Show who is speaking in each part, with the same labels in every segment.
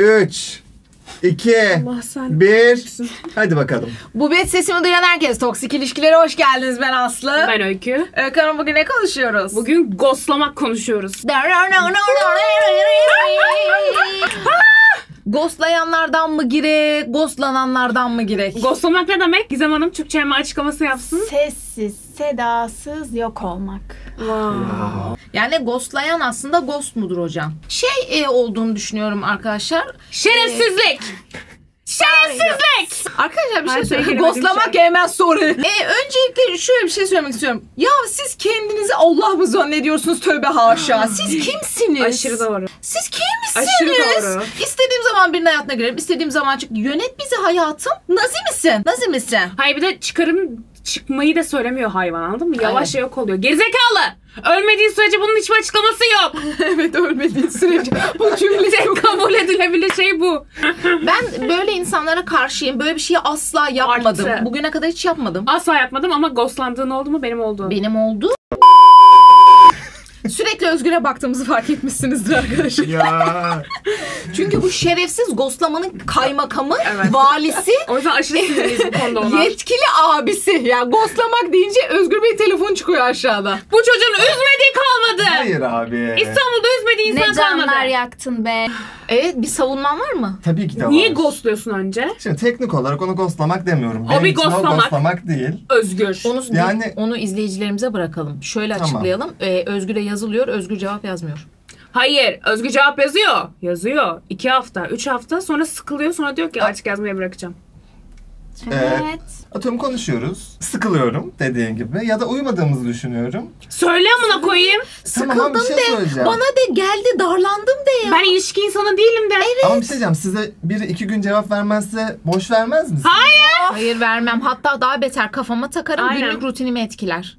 Speaker 1: 3, 2,
Speaker 2: Allah sen.
Speaker 1: 1. Hadi bakalım.
Speaker 3: Bu bet sesimi duyan herkes toksik ilişkilere hoş geldiniz ben Aslı.
Speaker 2: Ben Öykü.
Speaker 3: Öykü Hanım bugün ne konuşuyoruz?
Speaker 2: Bugün ghostlamak konuşuyoruz.
Speaker 3: Ghostlayanlardan mı girek, ghostlananlardan mı girek?
Speaker 2: Ghostlamak ne demek? Gizem Hanım Türkçe hemen açıklaması yapsın.
Speaker 4: Sessiz, sedasız yok olmak.
Speaker 3: Yani ghostlayan aslında ghost mudur hocam? Şey e, olduğunu düşünüyorum arkadaşlar.
Speaker 2: Şerefsizlik! Şerefsizlik!
Speaker 3: Arkadaşlar bir
Speaker 2: Ay,
Speaker 3: şey söyleyeyim.
Speaker 2: söyleyemedim
Speaker 3: Ghostlamak
Speaker 2: şey.
Speaker 3: hemen soru. E, öncelikle şöyle bir şey söylemek istiyorum. Ya siz kendinizi Allah mı zannediyorsunuz tövbe haşa? Siz kimsiniz?
Speaker 2: Ah. Aşırı doğru.
Speaker 3: Siz kimsiniz?
Speaker 2: Aşırı doğru.
Speaker 3: İstediğim zaman birinin hayatına girerim. istediğim zaman çık. Yönet bizi hayatım. Nazi misin? Nazi misin?
Speaker 2: Hayır bir de çıkarım çıkmayı da söylemiyor hayvan anladın mı? Yavaş
Speaker 3: Aynen.
Speaker 2: yok oluyor. Gerizekalı! Ölmediği sürece bunun hiçbir açıklaması yok.
Speaker 3: evet ölmediğin sürece. Bu cümle
Speaker 2: Tek kabul edilebilir şey bu.
Speaker 3: Ben böyle insanlara karşıyım. Böyle bir şeyi asla yapmadım.
Speaker 2: Artı.
Speaker 3: Bugüne kadar hiç yapmadım.
Speaker 2: Asla yapmadım ama ghostlandığın oldu mu benim oldu.
Speaker 3: Benim oldu. Sürekli Özgür'e baktığımızı fark etmişsinizdir arkadaşlar.
Speaker 1: Ya.
Speaker 3: Çünkü bu şerefsiz Goslaman'ın kaymakamı,
Speaker 2: Evet.
Speaker 3: valisi,
Speaker 2: O yüzden aşırı sinirliyiz bu konuda ona.
Speaker 3: yetkili abisi. Ya Goslamak deyince Özgür Bey telefon çıkıyor aşağıda.
Speaker 2: bu çocuğun üzmediği kalmadı.
Speaker 1: Hayır abi.
Speaker 2: İstanbul'da üzmediği
Speaker 4: Ne
Speaker 2: insan
Speaker 4: canlar
Speaker 2: kalmadı.
Speaker 4: yaktın be.
Speaker 3: Evet E, bir savunman var mı?
Speaker 1: Tabii ki de var.
Speaker 2: Niye ghostluyorsun önce?
Speaker 1: Şimdi teknik olarak onu ghostlamak demiyorum.
Speaker 2: O
Speaker 1: Benim
Speaker 2: bir
Speaker 1: için o
Speaker 2: ghostlamak.
Speaker 1: ghostlamak değil.
Speaker 2: Özgür.
Speaker 3: Onu,
Speaker 1: Yani-
Speaker 3: onu izleyicilerimize bırakalım. Şöyle
Speaker 1: Tamam.
Speaker 3: açıklayalım. Ee, Özgür'e yazılıyor, Özgür cevap yazmıyor.
Speaker 2: Hayır. Özgür cevap yazıyor. Yazıyor. İki hafta, üç hafta sonra sıkılıyor. Sonra diyor ki artık yazmaya bırakacağım.
Speaker 4: Evet.
Speaker 1: Atıyorum konuşuyoruz. Sıkılıyorum dediğin gibi. Ya da uyumadığımızı düşünüyorum.
Speaker 2: Söyle amına koyayım.
Speaker 1: Tamam ama bir şey söyleyeceğim.
Speaker 3: Bana de geldi, darlandım de ya.
Speaker 2: Ben ilişki insanı değilim de.
Speaker 1: Ama bir şey diyeceğim. Size bir iki gün cevap vermezse boş vermez misin?
Speaker 2: Hayır.
Speaker 3: Hayır vermem. Hatta daha beter kafama takarım.
Speaker 2: Aynen.
Speaker 3: Günlük rutinimi etkiler.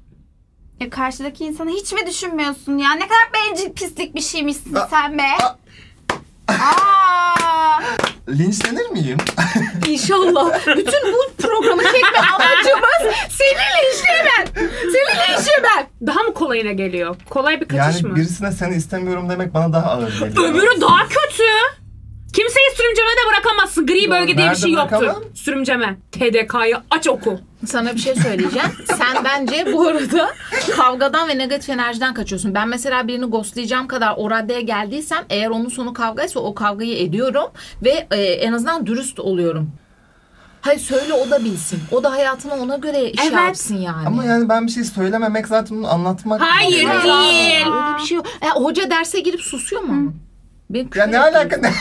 Speaker 4: Ya E, karşıdaki insanı hiç mi düşünmüyorsun ya? Ne kadar bencil pislik bir şeymişsin
Speaker 1: Aa,
Speaker 4: sen be. Aa.
Speaker 1: Linçlenir miyim?
Speaker 3: İnşallah. Bütün bu programı çekme amacımız seninle işlemen. Seninle işlemen.
Speaker 2: Daha mı kolayına geliyor? Kolay bir kaçış
Speaker 1: Yani
Speaker 2: mı?
Speaker 1: birisine seni istemiyorum demek bana daha ağır geliyor.
Speaker 2: Öbürü daha kötü. Kimseyi sürümceme de bırakamazsın. Gri bölge diye bir
Speaker 1: Nerede
Speaker 2: şey yoktur.
Speaker 1: bırakamam?
Speaker 2: Sürümceme. TDK'yı aç oku.
Speaker 3: Sana bir şey söyleyeceğim. Sen bence bu arada kavgadan ve negatif enerjiden kaçıyorsun. Ben mesela birini ghostlayacağım kadar o raddeye geldiysem eğer onun sonu kavgaysa o kavgayı ediyorum ve e, en azından dürüst oluyorum. Hayır söyle o da bilsin. O da hayatını ona göre iş
Speaker 2: Evet.
Speaker 3: yapsın yani.
Speaker 1: Ama yani ben bir şey söylememek zaten bunu anlatmak.
Speaker 2: Hayır
Speaker 1: Ya-
Speaker 2: değil.
Speaker 3: Öyle bir şey yok. E, hoca derse girip susuyor mu? Ben
Speaker 1: Ya ne alaka? Ne?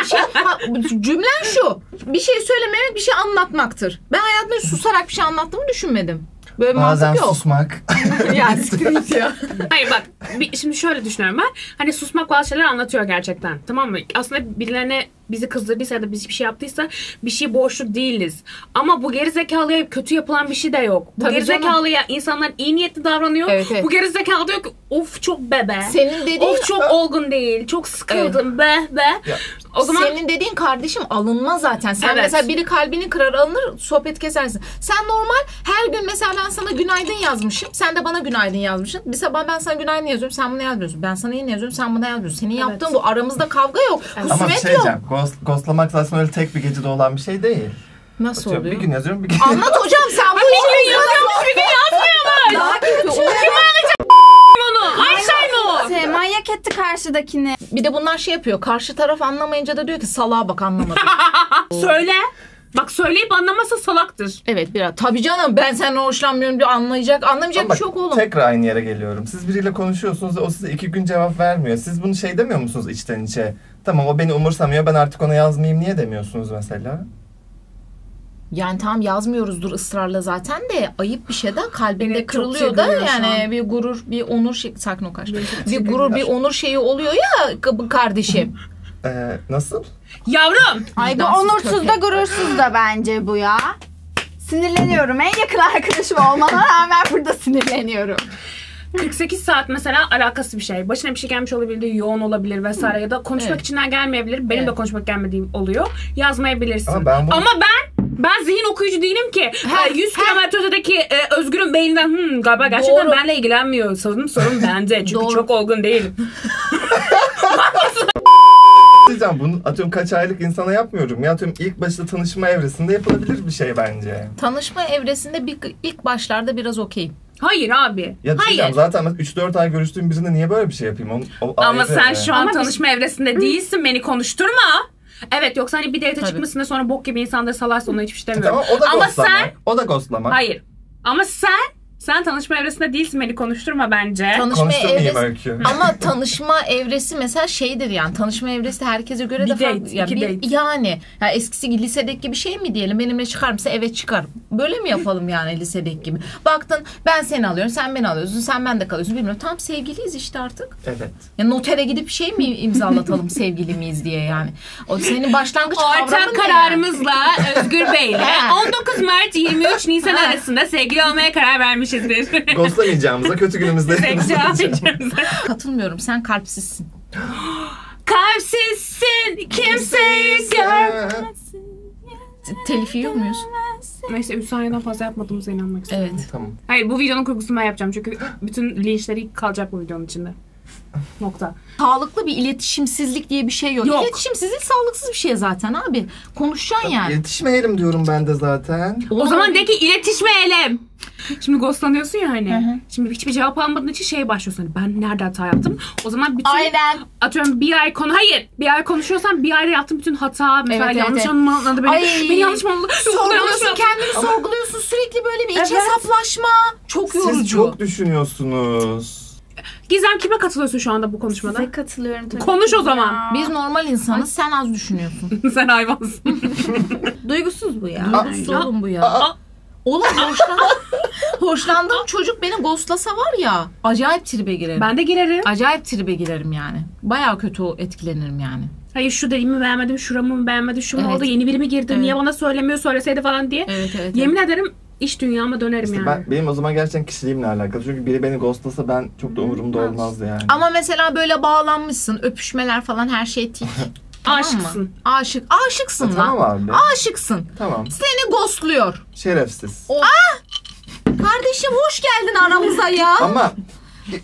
Speaker 3: Bir şey, ha, cümlen şu. Bir şey söylememek bir şey anlatacaktır. Ben hayatımda susarak bir şey anlattığımı düşünmedim. Böyle bir
Speaker 1: Bazen
Speaker 3: mantık yok.
Speaker 1: susmak.
Speaker 3: ya siktir git ya.
Speaker 2: Hayır bak bir- şimdi şöyle düşünüyorum ben. Hani susmak bazı şeyler anlatıyor gerçekten. Tamam mı? Aslında birilerine bizi kızdırdıysa ya da bizi bir şey yaptıysa bir şey borçlu değiliz. Ama bu gerizekalıya kötü yapılan bir şey de yok. Bu
Speaker 3: Tabii
Speaker 2: gerizekalıya insanlar iyi niyetli davranıyor.
Speaker 3: Evet, evet.
Speaker 2: Bu gerizekalı diyor ki of çok bebe.
Speaker 3: Senin dediğin
Speaker 2: Of çok olgun değil. Çok sıkıldım be be.
Speaker 1: Ya.
Speaker 2: O zaman
Speaker 3: Senin dediğin kardeşim alınma zaten. Sen
Speaker 2: Evet.
Speaker 3: mesela biri kalbini kırar alınır sohbet kesersin. Sen normal her gün mesela ben sana günaydın yazmışım. Sen de bana günaydın yazmışsın. Bir sabah ben sana günaydın yazıyorum. Sen bunu yazmıyorsun. Ben sana yine yazıyorum. Sen buna yazmıyorsun. Senin yaptığın bu. Aramızda kavga yok.
Speaker 2: Evet.
Speaker 1: Ama bir
Speaker 3: Husumet
Speaker 1: şey
Speaker 3: yok.
Speaker 1: diyeceğim. Ghost, ghostlamak zaten öyle tek bir gecede olan bir şey değil.
Speaker 3: Nasıl
Speaker 1: Atıyorum,
Speaker 3: oluyor?
Speaker 1: bir gün yazıyorum bir gün.
Speaker 3: Anlat hocam sen bu işi bir bir gün yazmıyor mu? Daha kötü. O-
Speaker 2: onu. Ayşe mi o?
Speaker 4: Sen manyak etti karşıdakini.
Speaker 3: Bir de bunlar şey yapıyor. Karşı taraf anlamayınca da diyor ki salağa bak anlamadı.
Speaker 2: Söyle. Bak söyleyip anlamasa salaktır.
Speaker 3: evet biraz. Tabii canım ben senden hoşlanmıyorum diyor. Anlayacak. Anlamayacak
Speaker 1: Ama
Speaker 3: bir şey yok oğlum.
Speaker 1: Tekrar aynı yere geliyorum. Siz biriyle konuşuyorsunuz ve o size iki gün cevap vermiyor. Siz bunu şey demiyor musunuz içten içe? Tamam o beni umursamıyor ben artık ona yazmayayım niye demiyorsunuz mesela?
Speaker 3: Yani tam yazmıyoruzdur ısrarla zaten de ayıp bir şey de kalbinde
Speaker 2: Beni çok şey
Speaker 3: kırılıyor da
Speaker 2: çekiliyor şu an.
Speaker 3: yani bir gurur bir onur şey sakın o karşı. Bir gurur bir onur şeyi oluyor ya k- bu kardeşim.
Speaker 1: Ee, nasıl?
Speaker 2: Yavrum.
Speaker 4: Ay bu
Speaker 3: Vicdansız
Speaker 4: onursuz da
Speaker 3: köpek.
Speaker 4: gurursuz da bence bu ya. Sinirleniyorum. En yakın arkadaşım olmana rağmen burada sinirleniyorum.
Speaker 2: 48 saat mesela alakası bir şey. Başına bir şey gelmiş olabilir, yoğun olabilir vesaire ya da konuşmak
Speaker 3: Evet.
Speaker 2: içinden gelmeyebilir. Benim de
Speaker 3: Evet.
Speaker 2: konuşmak gelmediğim oluyor. Yazmayabilirsin.
Speaker 1: Ama ben bunu-
Speaker 2: Ama ben ben zihin okuyucu değilim ki.
Speaker 3: Her-
Speaker 2: Ee, 100 kilometre ötedeki e, Özgür'ün beyninden "Hmm, galiba gerçekten
Speaker 3: Doğru.
Speaker 2: benle ilgilenmiyor. Sorun sorun bende. Çünkü
Speaker 3: Doğru.
Speaker 2: çok olgun değilim.
Speaker 1: diyeceğim bunu atıyorum kaç aylık insana yapmıyorum. Ya atıyorum ilk başta tanışma evresinde yapılabilir bir şey bence.
Speaker 3: Tanışma evresinde bir, ilk başlarda biraz okeyim.
Speaker 2: Hayır abi.
Speaker 1: Ya
Speaker 2: Hayır.
Speaker 1: diyeceğim zaten 3-4 ay görüştüğüm birinde niye böyle bir şey yapayım? Onu, o
Speaker 2: Ama
Speaker 1: ayrı.
Speaker 2: sen şu an
Speaker 4: Ama biz-
Speaker 2: tanışma evresinde değilsin. Beni konuşturma. Evet yoksa hani bir date
Speaker 3: Tabii.
Speaker 2: çıkmışsın da sonra bok gibi insanları salarsa ona hiçbir şey demiyorum.
Speaker 1: Tamam o da
Speaker 2: Ama
Speaker 1: ghostlama.
Speaker 2: sen
Speaker 1: O da ghostlama.
Speaker 2: hayır. Ama sen sen tanışma evresinde değilsin. Beni konuşturma bence.
Speaker 3: Tanışma
Speaker 1: Konuşturmayayım
Speaker 3: evresi
Speaker 1: Öykü.
Speaker 3: ama tanışma evresi mesela şeydir yani tanışma evresi de herkese göre
Speaker 2: Bir
Speaker 3: de farklı.
Speaker 2: date,
Speaker 3: ya
Speaker 2: iki
Speaker 3: bir-
Speaker 2: date.
Speaker 3: Yani ya eskisi gibi lisedeki bir şey mi diyelim benimle çıkar mısın? Evet çıkar. Böyle mi yapalım yani lisedeki gibi? Baktın ben seni alıyorum sen beni alıyorsun sen ben de kalıyorsun bilmiyorum. Tam sevgiliyiz işte artık.
Speaker 1: Evet.
Speaker 3: Ya notere gidip şey mi imzalatalım sevgili miyiz diye yani. O senin başlangıç kavramın
Speaker 2: Ortak
Speaker 3: ne yani?
Speaker 2: kararımızla Özgür Bey'le 19 Mart 23 Nisan
Speaker 3: Ha.
Speaker 2: arasında sevgili olmaya karar vermişizdir.
Speaker 1: Ghostlamayacağımıza kötü günümüzde.
Speaker 3: Katılmıyorum sen kalpsizsin.
Speaker 2: Kalpsizsin kimseyi görmez.
Speaker 3: Te- Telif yiyor muyuz?
Speaker 2: Neyse 3 saniyeden fazla yapmadığımıza inanmak istiyorum.
Speaker 3: Evet.
Speaker 1: tamam.
Speaker 2: Hayır bu videonun kurgusunu ben yapacağım çünkü bütün linçleri kalacak bu videonun içinde. Nokta.
Speaker 3: Sağlıklı bir iletişimsizlik diye bir şey yok.
Speaker 2: Yok.
Speaker 3: İletişimsizlik sağlıksız bir şey zaten abi. Konuşacaksın yani.
Speaker 1: Yetişmeyelim diyorum ben de zaten.
Speaker 2: O zaman de ki iletişmeyelim. Şimdi ghostlanıyorsun ya hani. Şimdi hiçbir cevap almadığın için şey başlıyorsun. Hani ben nerede hata yaptım? O zaman bütün
Speaker 4: Aynen.
Speaker 2: atıyorum bir ay konu hayır bir ay konuşuyorsan bir ayda yaptığın bütün hata mesela
Speaker 3: Evet, evet,
Speaker 2: yanlış
Speaker 3: evet.
Speaker 2: anladı beni.
Speaker 3: Ay.
Speaker 2: Beni yanlış mı anladı? Yok, bu da yanlış mı
Speaker 3: sorguluyorsun
Speaker 2: yaptı?
Speaker 3: kendini sorguluyorsun sürekli böyle bir iç
Speaker 2: Evet.
Speaker 3: hesaplaşma. Çok yorucu.
Speaker 1: Siz çok düşünüyorsunuz.
Speaker 2: Gizem kime katılıyorsun şu anda bu konuşmada?
Speaker 4: Size katılıyorum tabii.
Speaker 2: Konuş
Speaker 4: ki
Speaker 2: o zaman.
Speaker 4: ya.
Speaker 3: Biz normal insanız sen az düşünüyorsun.
Speaker 2: Sen hayvansın.
Speaker 4: duygusuz bu ya.
Speaker 3: Duygusuz oğlum bu ya.
Speaker 1: Aa,
Speaker 3: Oğlum hoşlan... hoşlandığım çocuk beni ghostlasa var ya acayip tribe E, girerim.
Speaker 2: ben de girerim.
Speaker 3: Acayip tribe girerim yani. Baya kötü etkilenirim yani.
Speaker 2: Hayır şu deliğimi beğenmedim, şuramı mı beğenmedim, şu mu
Speaker 3: Evet.
Speaker 2: oldu, yeni biri mi girdi,
Speaker 3: Evet.
Speaker 2: niye bana söylemiyor, söyleseydi falan diye.
Speaker 3: Evet evet.
Speaker 2: Yemin ederim iş dünyama dönerim
Speaker 1: işte
Speaker 2: yani.
Speaker 1: ben, benim o zaman gerçekten kişiliğimle alakalı. Çünkü biri beni ghostlasa ben çok da umurumda olmazdı yani.
Speaker 3: Ama mesela böyle bağlanmışsın öpüşmeler falan her şey tik. Tamam mı?
Speaker 2: Aşıksın.
Speaker 3: Aşık. Aşıksın lan.
Speaker 1: tamam abi.
Speaker 3: Aşıksın.
Speaker 1: Tamam.
Speaker 3: Seni ghostluyor.
Speaker 1: Şerefsiz.
Speaker 3: Kardeşim hoş geldin aramıza ya.
Speaker 1: Ama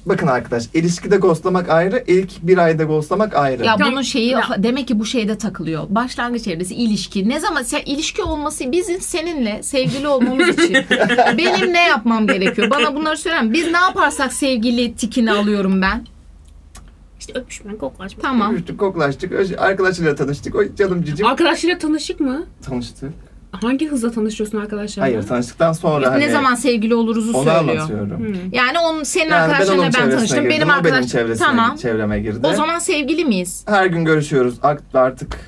Speaker 1: bakın arkadaş ilişkide ghostlamak ayrı, ilk bir ayda ghostlamak ayrı.
Speaker 3: Ya
Speaker 2: Tamam.
Speaker 3: bunun şeyi
Speaker 2: Ya.
Speaker 3: demek ki bu şeyde takılıyor. Başlangıç evresi ilişki. Ne zaman sen ilişki olması bizim seninle sevgili olmamız için. Benim ne yapmam gerekiyor? Bana bunları söyler Biz ne yaparsak sevgili tikini alıyorum ben.
Speaker 2: İşte öpüşmen, koklaşma.
Speaker 3: Tamam.
Speaker 1: Görüştük, koklaştık, ö- arkadaşıyla tanıştık. O canım cicim
Speaker 2: Arkadaşlarıyla tanışık mı?
Speaker 1: tanıştık.
Speaker 2: Hangi hızla tanışıyorsun arkadaşlarla?
Speaker 1: Hayır tanıştıktan sonra hani
Speaker 3: Ne zaman sevgili oluruzu
Speaker 1: onu
Speaker 3: söylüyor. Hmm.
Speaker 1: anlatıyorum.
Speaker 2: Hmm.
Speaker 3: Yani onun senin
Speaker 1: Yani ben
Speaker 3: arkadaşlarına
Speaker 1: onun
Speaker 3: ben,
Speaker 1: çevresine
Speaker 3: tanıştım.
Speaker 1: girdim,
Speaker 3: benim
Speaker 1: o benim
Speaker 3: arkadaşlarım.
Speaker 1: çevresine,
Speaker 3: Tamam.
Speaker 1: çevreme girdi.
Speaker 3: O zaman sevgili miyiz?
Speaker 1: Her gün görüşüyoruz Art- artık.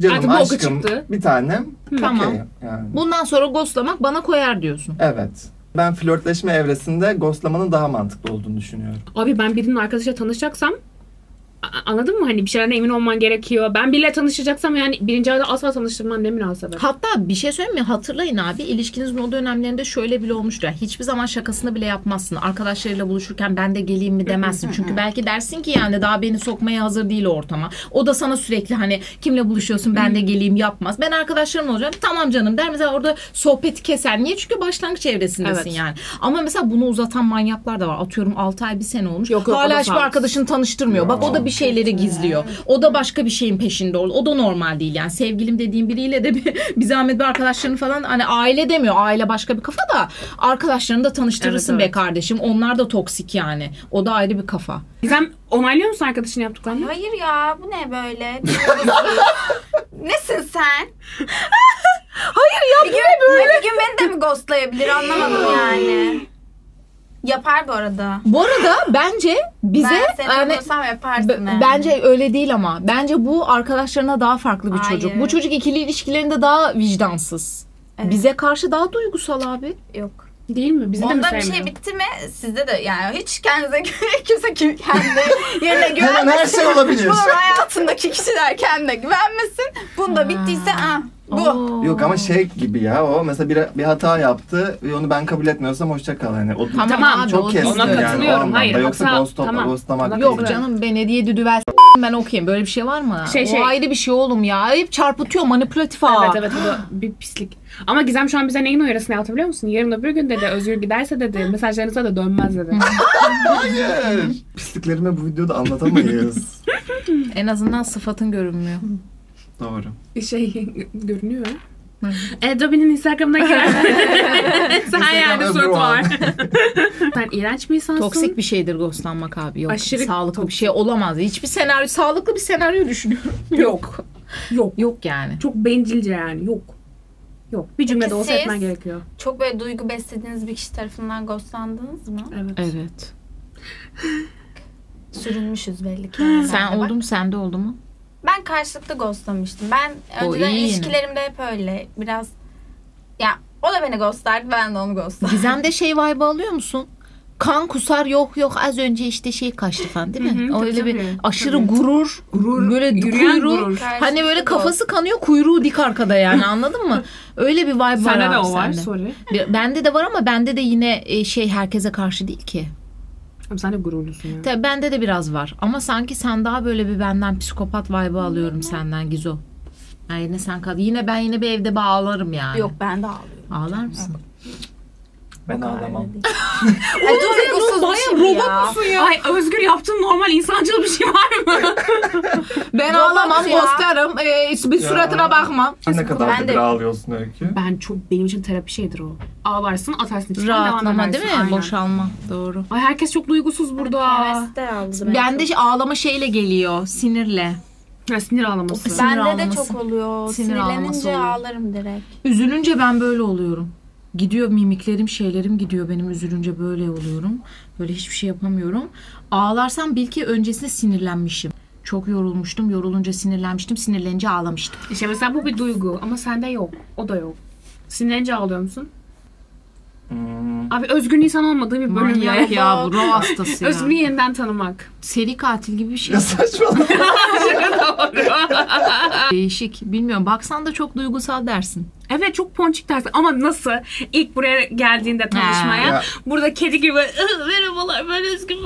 Speaker 1: Canım
Speaker 2: Artık bu oku
Speaker 1: aşkım
Speaker 2: çıktı.
Speaker 1: bir tanem.
Speaker 3: Tamam.
Speaker 1: okey Yani.
Speaker 3: Bundan sonra ghostlamak bana koyar diyorsun.
Speaker 1: Evet. Ben flörtleşme evresinde ghostlamanın daha mantıklı olduğunu düşünüyorum.
Speaker 2: Abi ben birinin arkadaşıyla tanışacaksam a- anladın mı? Hani bir şeylerden emin olman gerekiyor. Ben biriyle tanışacaksam yani birinci ayda asla tanıştırmam ne münasebet.
Speaker 3: Hatta bir şey söyleyeyim mi? Hatırlayın abi ilişkinizin o dönemlerinde şöyle bile olmuştur. Yani hiçbir zaman şakasını bile yapmazsın. Arkadaşlarıyla buluşurken ben de geleyim mi demezsin. Çünkü belki dersin ki yani daha beni sokmaya hazır değil ortama. O da sana sürekli hani kimle buluşuyorsun ben de geleyim yapmaz. Ben arkadaşlarım olacağım. Tamam canım der. Mesela orada sohbeti keser. Niye? Çünkü başlangıç evresindesin
Speaker 2: Evet.
Speaker 3: yani. Ama mesela bunu uzatan manyaklar da var. Atıyorum 6 ay bir sene olmuş.
Speaker 2: Yok, yok, o da
Speaker 3: Hala hiçbir
Speaker 2: sağlıksız.
Speaker 3: arkadaşını tanıştırmıyor. Bak o da bir şeyleri gizliyor. O da başka bir şeyin peşinde oldu. O da normal değil yani. Sevgilim dediğim biriyle de bir, bir zahmet bir arkadaşların falan hani aile demiyor. Aile başka bir kafa da arkadaşlarını da tanıştırırsın
Speaker 2: Evet,
Speaker 3: be
Speaker 2: evet.
Speaker 3: kardeşim. Onlar da toksik yani. O da ayrı bir kafa.
Speaker 2: Gizem onaylıyor musun arkadaşının yaptıklarını?
Speaker 4: Hayır ya bu ne böyle? Nesin sen? Hayır ya bu ne böyle? Bir gün beni de mi ghostlayabilir anlamadım yani. Yapar bu arada.
Speaker 3: Bu arada bence bize
Speaker 4: ben seni
Speaker 3: yani-
Speaker 4: tanıyorsam yaparsın.
Speaker 3: B-
Speaker 4: yani.
Speaker 3: Bence öyle değil ama. Bence bu arkadaşlarına daha farklı bir
Speaker 4: Hayır.
Speaker 3: çocuk. Bu çocuk ikili ilişkilerinde daha vicdansız.
Speaker 4: Evet.
Speaker 3: Bize karşı daha duygusal abi.
Speaker 4: yok.
Speaker 2: Değil mi? Bizi de mi
Speaker 4: Onda bir
Speaker 2: sevmiyor?
Speaker 4: şey bitti mi? Sizde de yani hiç kendinize gü- kimse kim- kendi yerine
Speaker 1: Hemen her
Speaker 4: güvenmesin.
Speaker 1: şey olabilir.
Speaker 4: Bunun hayatındaki kişiler kendine güvenmesin. Bunda bittiyse ah bu.
Speaker 3: Oo.
Speaker 1: Yok ama şey gibi ya o mesela bir, bir hata yaptı ve onu ben kabul etmiyorsam hoşça kal hani. O
Speaker 3: Tamam,
Speaker 2: Tamam,
Speaker 3: abi,
Speaker 1: çok
Speaker 3: o-
Speaker 1: keskin
Speaker 2: Ona
Speaker 1: yani o
Speaker 2: katılıyorum,
Speaker 1: anlamda.
Speaker 2: hayır,
Speaker 1: Yoksa
Speaker 2: hata-
Speaker 1: ghost,
Speaker 2: tamam.
Speaker 1: ghostlamak
Speaker 2: Ona
Speaker 1: değil.
Speaker 3: Yok
Speaker 2: Güzel.
Speaker 3: canım ben hediye düdüver ben okuyayım. Böyle bir şey var mı?
Speaker 2: Şey,
Speaker 3: o
Speaker 2: şey.
Speaker 3: ayrı bir şey oğlum ya. Hep çarpıtıyor manipülatif ha.
Speaker 2: Evet evet bu da bir pislik. Ama Gizem şu an bize neyin uyarısını yaptı biliyor musun? Yarın öbür gün dedi özgür giderse dedi mesajlarınıza da dönmez dedi.
Speaker 1: Hayır. Pisliklerimi bu videoda anlatamayız.
Speaker 3: En azından sıfatın görünmüyor.
Speaker 1: Doğru.
Speaker 2: Şey görünüyor.
Speaker 3: Hı.
Speaker 2: E, Dobby'nin Instagram'ına girer. Her yerde
Speaker 1: Instagram
Speaker 2: surat
Speaker 1: everyone.
Speaker 2: var. Sen iğrenç bir insansın.
Speaker 3: Toksik bir şeydir ghostlanmak abi. Yok.
Speaker 2: Aşırı
Speaker 3: sağlıklı bir
Speaker 2: toksik.
Speaker 3: şey olamaz. Hiçbir senaryo, sağlıklı bir senaryo düşünüyorum. Yok.
Speaker 2: Yok.
Speaker 3: Yok yani.
Speaker 2: Çok bencilce yani. Yok. Yok. Bir cümlede
Speaker 4: Peki
Speaker 2: olsa
Speaker 4: siz?
Speaker 2: etmen gerekiyor.
Speaker 4: Çok böyle duygu beslediğiniz bir kişi tarafından ghostlandınız mı?
Speaker 2: Evet.
Speaker 3: Evet.
Speaker 4: Sürünmüşüz belli ki.
Speaker 3: Sen
Speaker 4: Bak,
Speaker 3: oldu mu? Sende oldu mu?
Speaker 4: Ben karşılıklı ghostlamıştım. Ben
Speaker 3: O
Speaker 4: önceden
Speaker 3: iyi yine.
Speaker 4: ilişkilerimde hep öyle biraz ya o da beni ghostlardı ben de onu ghostlardım.
Speaker 3: Gizem'de şey vibe alıyor musun? Kan kusar yok yok az önce işte şey kaçtı falan değil mi?
Speaker 2: Hı hı,
Speaker 3: O öyle
Speaker 2: tabii,
Speaker 3: bir
Speaker 2: tabii.
Speaker 3: aşırı gurur, böyle
Speaker 2: Yürüyen
Speaker 3: kuyruğu
Speaker 2: gurur.
Speaker 3: hani böyle
Speaker 4: Karşılıklı
Speaker 3: kafası kanıyor kuyruğu dik arkada yani anladın mı? Öyle bir vibe var
Speaker 2: Sende de
Speaker 3: abi
Speaker 2: o var.
Speaker 3: sende.
Speaker 2: Sorry.
Speaker 3: Bir- Bende de var ama bende de yine e, şey herkese karşı değil ki.
Speaker 2: Ama sen de gururlusun ya.
Speaker 3: Tabii bende de biraz var ama sanki sen daha böyle bir benden psikopat vibe alıyorum senden Gizo. Yani yine sen kal. Yine ben yine bir evde bağlarım yani.
Speaker 4: ghost. Yok ben de ağlıyorum.
Speaker 3: Ağlar mısın?
Speaker 1: Ben ağlamam.
Speaker 4: Ay, duygusuzmuşum ya.
Speaker 2: Ay Özgür yaptığın normal insancıl bir şey var mı?
Speaker 3: Ben
Speaker 4: Robot ya.
Speaker 3: gösteririm. Ee, bir
Speaker 1: Ya.
Speaker 3: bakmam.
Speaker 1: Ne kadar
Speaker 4: Ben
Speaker 1: da
Speaker 4: de-
Speaker 1: bir ağlıyorsun Öykü.
Speaker 2: ben çok benim için terapi şeydir o. Ağlarsın atarsın. içinden, devam
Speaker 3: Rahatlama
Speaker 2: edersin.
Speaker 3: değil mi?
Speaker 2: Aynen.
Speaker 3: Boşalma. Doğru.
Speaker 2: Ay herkes çok duygusuz burada.
Speaker 4: Heves de aldı beni.
Speaker 3: Bende şey- ağlama şeyle geliyor. Sinirle.
Speaker 2: Ya sinir ağlaması.
Speaker 3: Sinir
Speaker 4: Bende de
Speaker 3: ağlaması.
Speaker 4: çok oluyor.
Speaker 3: Sinir ağlaması
Speaker 4: Sinirlenince
Speaker 3: oluyor.
Speaker 4: ağlarım direkt.
Speaker 3: Üzülünce ben böyle oluyorum. Gidiyor mimiklerim, şeylerim gidiyor benim üzülünce böyle oluyorum. Böyle hiçbir şey yapamıyorum. Ağlarsam bil ki öncesinde sinirlenmişim. Çok yorulmuştum. Yorulunca sinirlenmiştim. Sinirlenince ağlamıştım.
Speaker 2: İşte mesela bu bir duygu ama sende yok. O da yok. Sinirlenince ağlıyor musun?
Speaker 1: Hmm.
Speaker 2: Abi özgür insan olmadığı bir bölüm ya.
Speaker 3: Manyak ya bu. Ruh hastası ya.
Speaker 2: Özgür'ü yeniden tanımak.
Speaker 3: Seri katil gibi bir şey.
Speaker 1: Ya saçmalama.
Speaker 3: Değişik. Bilmiyorum. Baksan da çok duygusal dersin.
Speaker 2: Evet çok ponçik dersin ama nasıl ilk buraya geldiğinde tanışmaya
Speaker 1: Ya.
Speaker 2: burada kedi gibi "Ah, merhabalar ben Özgür.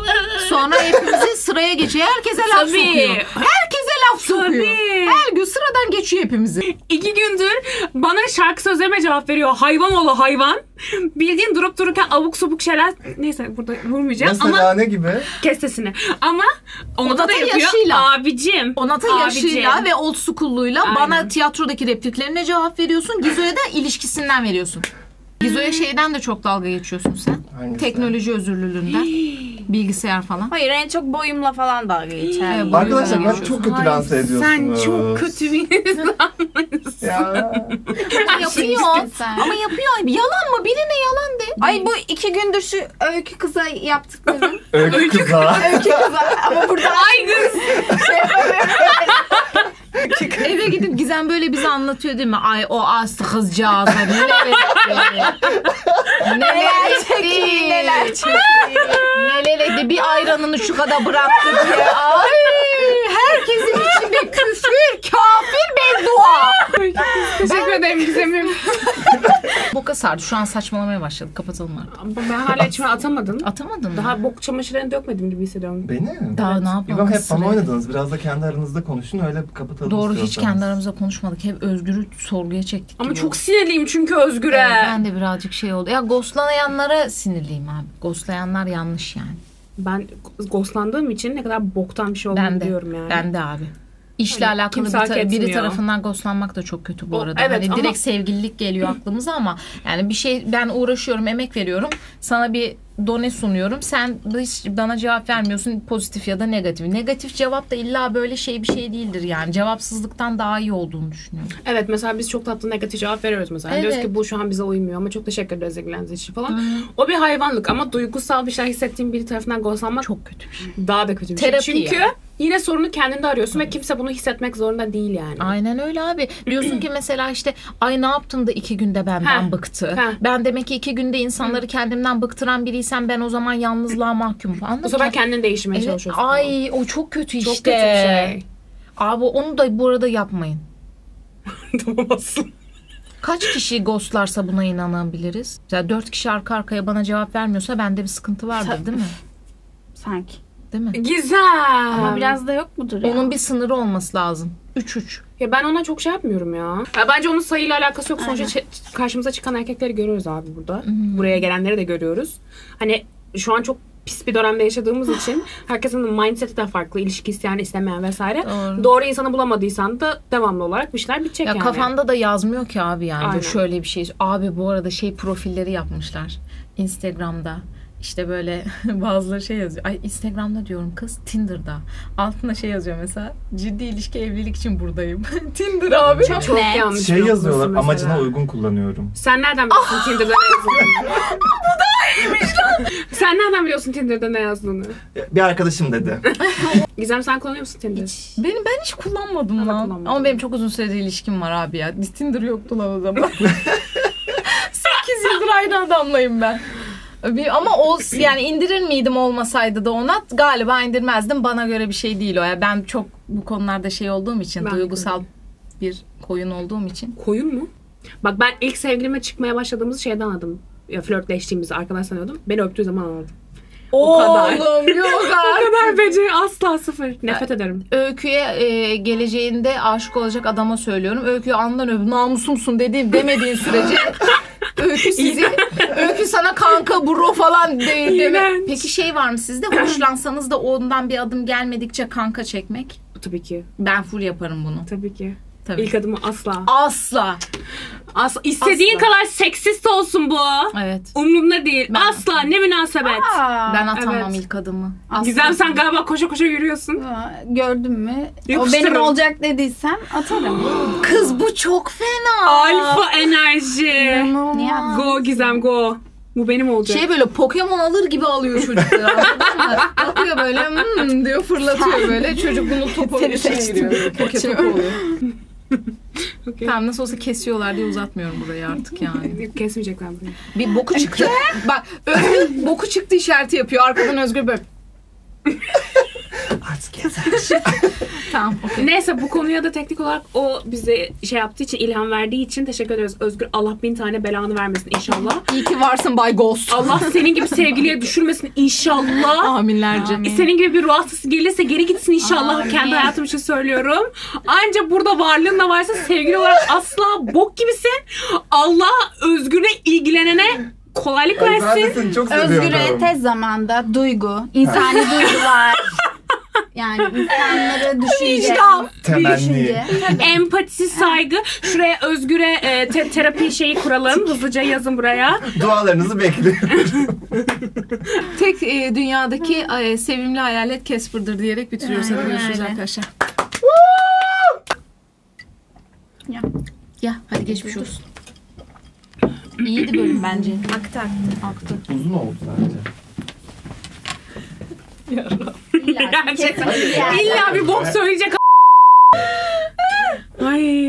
Speaker 3: Sonra hepimizi sıraya geçiyor. Herkese laf
Speaker 2: Tabii.
Speaker 3: sokuyor. Herkese laf sokuyor.
Speaker 2: Tabii.
Speaker 3: Her gün sıradan geçiyor hepimizi.
Speaker 2: İki gündür bana şarkı sözlerime cevap veriyor. Hayvan ola hayvan. Bildiğin durup dururken avuk subuk şeyler. Neyse burada vurmayacağım ama
Speaker 1: Mesela ne gibi?
Speaker 2: kes sesini. Ama onu da,
Speaker 3: Onatın
Speaker 2: yapıyor.
Speaker 3: yaşıyla.
Speaker 2: Abicim.
Speaker 3: Onata
Speaker 2: abicim.
Speaker 3: yaşıyla ve old school'luğuyla
Speaker 2: Aynen.
Speaker 3: bana tiyatrodaki repliklerine cevap veriyorsun. Gizo'ya da ilişkisinden veriyorsun. Gizo'ya şeyden de çok dalga geçiyorsun sen.
Speaker 1: Hangisi?
Speaker 3: Teknoloji özürlülüğünden. Bilgisayar falan. Ee,
Speaker 4: Hayır en çok boyumla falan dalga geçer.
Speaker 3: Evet,
Speaker 1: Arkadaşlar
Speaker 3: Boyundan
Speaker 1: ben çok kötü
Speaker 2: Ay,
Speaker 1: lanse ediyorsunuz.
Speaker 2: Sen çok kötü bir
Speaker 1: Ya.
Speaker 3: yapıyor.
Speaker 4: sen.
Speaker 3: Ama yapıyor. Yalan mı? Birine yalan de.
Speaker 4: Ay bu iki gündür şu öykü kıza yaptıkların.
Speaker 1: Öykü kıza.
Speaker 4: öykü kıza ama burada
Speaker 2: Ay kız.
Speaker 4: şey yapamıyorum.
Speaker 3: Eve gidip Gizem böyle bize anlatıyor değil mi? Ay o aslı kızcağız. Hani Neler etti. Neler
Speaker 4: Neler çekti, neler
Speaker 3: etti. Neler etti. Bir ayranını şu kadar bıraktı diye. Ay herkesin içinde küfür, kafir, beddua.
Speaker 2: Teşekkür ederim Gizem'im.
Speaker 3: Boka sardı. Şu an saçmalamaya başladı. Kapatalım artık.
Speaker 2: Ama ben hala içime atamadım.
Speaker 3: Atamadın mı?
Speaker 2: Daha bok çamaşırlarını dökmedim gibi hissediyorum.
Speaker 1: Beni?
Speaker 3: Daha ne
Speaker 1: İbrahim
Speaker 3: yapalım?
Speaker 1: hep bana
Speaker 3: Sırayla.
Speaker 1: oynadınız. Biraz da kendi aranızda konuşun öyle kapatalım
Speaker 3: Doğru hiç
Speaker 1: istiyorsanız.
Speaker 3: kendi aramızda konuşmadık. Hep Özgür'ü sorguya çektik.
Speaker 2: Ama
Speaker 3: gibi
Speaker 2: çok
Speaker 3: oldu.
Speaker 2: sinirliyim çünkü Özgür'e.
Speaker 3: Evet, ben de birazcık şey oldu. Ya ghostlayanlara sinirliyim abi. Ghostlayanlar yanlış yani.
Speaker 2: Ben ghostlandığım için ne kadar boktan bir şey olduğunu
Speaker 3: Ben de.
Speaker 2: biliyorum yani.
Speaker 3: Ben de abi. İşle
Speaker 2: Hani
Speaker 3: alakalı bir
Speaker 2: kimse hak
Speaker 3: ta- biri
Speaker 2: etmiyor.
Speaker 3: tarafından ghostlanmak da çok kötü bu
Speaker 2: O-
Speaker 3: arada.
Speaker 2: evet
Speaker 3: hani
Speaker 2: ama-
Speaker 3: direkt sevgililik geliyor aklımıza ama yani bir şey ben uğraşıyorum, emek veriyorum. Sana bir done sunuyorum. Sen hiç bana cevap vermiyorsun pozitif ya da negatif. Negatif cevap da illa böyle şey bir şey değildir yani. Cevapsızlıktan daha iyi olduğunu düşünüyorum.
Speaker 2: Evet mesela biz çok tatlı negatif cevap veriyoruz mesela.
Speaker 3: Evet.
Speaker 2: Diyoruz ki bu şu an bize uymuyor ama çok teşekkür ederiz ilgilendiğiniz için falan. O bir hayvanlık ama duygusal bir şey hissettiğin biri tarafından ghostlanmak
Speaker 3: Çok kötü bir şey.
Speaker 2: daha da kötü bir
Speaker 3: Terapi
Speaker 2: şey. Çünkü
Speaker 3: yani.
Speaker 2: yine sorunu kendinde arıyorsun ve kimse bunu hissetmek zorunda değil yani.
Speaker 3: Aynen öyle abi. Diyorsun ki mesela işte ay ne yaptın da iki günde benden
Speaker 2: Heh.
Speaker 3: bıktı.
Speaker 2: Heh.
Speaker 3: Ben demek ki iki günde insanları kendimden bıktıran biriysem ben o zaman yalnızlığa mahkumum. Anladın
Speaker 2: Bu sefer
Speaker 3: mı?
Speaker 2: kendini değiştirmeye
Speaker 3: Evet.
Speaker 2: çalışıyorsun.
Speaker 3: Ay o çok kötü
Speaker 2: Çok
Speaker 3: işte.
Speaker 2: kötü bir şey.
Speaker 3: Abi onu da bu arada yapmayın.
Speaker 2: tamam aslında.
Speaker 3: Kaç kişi ghostlarsa buna inanabiliriz? Mesela dört kişi arka arkaya bana cevap vermiyorsa bende bir sıkıntı vardır değil mi?
Speaker 4: Sanki.
Speaker 3: Değil mi?
Speaker 2: Güzel.
Speaker 4: Ama biraz da yok mudur ya?
Speaker 3: Onun bir sınırı olması lazım. 3-3.
Speaker 2: Ya ben ona çok şey yapmıyorum ya. ya bence onun sayıyla alakası yok. Sonuçta çe- karşımıza çıkan erkekleri görüyoruz abi burada. Buraya gelenleri de görüyoruz. Hani şu an çok pis bir dönemde yaşadığımız için herkesin mindseti de farklı. İlişki isteyen, istemeyen vesaire.
Speaker 3: Doğru.
Speaker 2: Doğru, insanı bulamadıysan da devamlı olarak bir şeyler bitecek
Speaker 3: Ya
Speaker 2: yani.
Speaker 3: kafanda da yazmıyor ki abi yani.
Speaker 2: Aynen.
Speaker 3: Şöyle bir şey. Abi bu arada şey profilleri yapmışlar. Instagram'da. İşte böyle bazıları şey yazıyor. Ay Instagram'da diyorum kız Tinder'da. Altına şey yazıyor mesela. Ciddi ilişki evlilik için buradayım. Tinder abi.
Speaker 4: Çok,
Speaker 2: Çok
Speaker 4: net.
Speaker 2: yanlış
Speaker 1: Şey
Speaker 2: yapıyorsun
Speaker 1: yazıyorlar
Speaker 2: mesela.
Speaker 1: amacına uygun kullanıyorum.
Speaker 2: Sen nereden biliyorsun Tinder'da ne yazdığını? Ah! Bu da iyiymiş lan. Sen nereden biliyorsun Tinder'da ne yazdığını?
Speaker 1: E, Bir arkadaşım dedi.
Speaker 2: Gizem sen kullanıyor musun Tinder? Hiç.
Speaker 3: Benim ben hiç kullanmadım
Speaker 2: Ben de
Speaker 3: lan.
Speaker 2: kullanmadım.
Speaker 3: Ama benim çok uzun süredir ilişkim var abi ya. Tinder yoktu lan o zaman. 8 yıldır aynı adamlayım ben. Bir, ama o yani indirir miydim olmasaydı da ona galiba indirmezdim. Bana göre bir şey değil o ya. Ben çok bu konularda şey olduğum için
Speaker 2: Ben de
Speaker 3: duygusal bir koyun olduğum için.
Speaker 2: Koyun mu? Bak ben ilk sevgilime çıkmaya başladığımız şeyden anladım. Ya flörtleştiğimizi arkadaş sanıyordum. Beni öptüğü zaman anladım. O kadar.
Speaker 3: Oğlum yok
Speaker 2: O
Speaker 3: artık.
Speaker 2: kadar beceri asla sıfır. Nefret ederim.
Speaker 3: Öykü'ye e, geleceğinde aşık olacak adama söylüyorum. Öykü'ye andan öp namusumsun dediğin demediğin sürece Öykü sizi Öykü sana kanka bro falan de, deme.
Speaker 2: İğrenç.
Speaker 3: Peki şey var mı sizde hoşlansanız da ondan bir adım gelmedikçe kanka çekmek?
Speaker 2: Tabii ki.
Speaker 3: Ben full yaparım bunu.
Speaker 2: Tabii ki.
Speaker 3: Tabii.
Speaker 2: İlk adımı asla.
Speaker 3: Asla.
Speaker 2: Asla. İstediğin
Speaker 3: Asla.
Speaker 2: kadar seksist olsun bu.
Speaker 3: Evet.
Speaker 2: Umrumda değil.
Speaker 3: Ben-
Speaker 2: Asla. Ne münasebet.
Speaker 4: Aa,
Speaker 3: Ben atamam
Speaker 2: evet.
Speaker 3: ilk adımı.
Speaker 4: aslında-
Speaker 2: Gizem sen galiba koşa koşa yürüyorsun.
Speaker 4: Aa, Gördün mü? O
Speaker 2: Yakıştırırım.
Speaker 4: benim olacak dediysem atarım.
Speaker 3: Kız bu çok fena.
Speaker 2: Alfa enerji.
Speaker 4: Niye
Speaker 3: Niye?
Speaker 2: Go Gizem go. Bu benim olacak.
Speaker 3: Şey böyle Pokemon alır gibi alıyor çocukları anladın mı? Bakıyor böyle hmm diyor fırlatıyor böyle. Çocuk bunun topu
Speaker 4: Seni
Speaker 3: şey
Speaker 4: seçtim.
Speaker 3: giriyor. Poke topu oluyor.
Speaker 2: Okey.
Speaker 3: Tamam nasıl olsa kesiyorlar diye uzatmıyorum burayı artık yani.
Speaker 2: Şey- Kesmeyecekler bunu.
Speaker 3: Bir boku çıktı. Bak Özgür boku çıktı işareti yapıyor. Arkadan Özgür böyle.
Speaker 1: Artık
Speaker 3: Tamam.
Speaker 2: Neyse bu konuya da teknik olarak o bize şey yaptığı için ilham verdiği için teşekkür ederiz. Özgür Allah bin tane belanı vermesin inşallah.
Speaker 3: İyi ki varsın Bay Ghost.
Speaker 2: Allah senin gibi sevgiliye düşürmesin inşallah.
Speaker 3: Aminlerce.
Speaker 2: Senin gibi bir ruh hastası gelirse geri gitsin inşallah.
Speaker 3: Amin.
Speaker 2: Kendi hayatım için söylüyorum. Anca burada varlığın da varsa sevgili olarak asla bok gibisin. Allah özgüre ilgilenene kolaylık
Speaker 1: Ben de
Speaker 2: versin.
Speaker 1: seni çok seviyorum.
Speaker 4: Özgür'e tez zamanda duygu, insani duygular. Yani insanları düşünce.
Speaker 2: Vicdan.
Speaker 4: Düşünce.
Speaker 1: Temenni.
Speaker 2: Empati, saygı. Şuraya özgüre e, te- terapi şeyi kuralım. Hızlıca yazın buraya.
Speaker 1: Dualarınızı bekliyorum.
Speaker 3: Tek e, dünyadaki e, sevimli hayalet Casper'dır diyerek bitiriyoruz. Hadi
Speaker 4: Aynen
Speaker 3: görüşürüz
Speaker 4: öyle.
Speaker 3: arkadaşlar.
Speaker 4: Ya.
Speaker 3: Ya hadi geçmiş olsun.
Speaker 4: İyiydi bölüm bence. Aktı aktı. Aktı.
Speaker 1: Uzun oldu bence.
Speaker 4: İlla ki.
Speaker 2: Gerçekten.
Speaker 4: Kesinlikle.
Speaker 2: İlla bir bok söyleyecek. Ay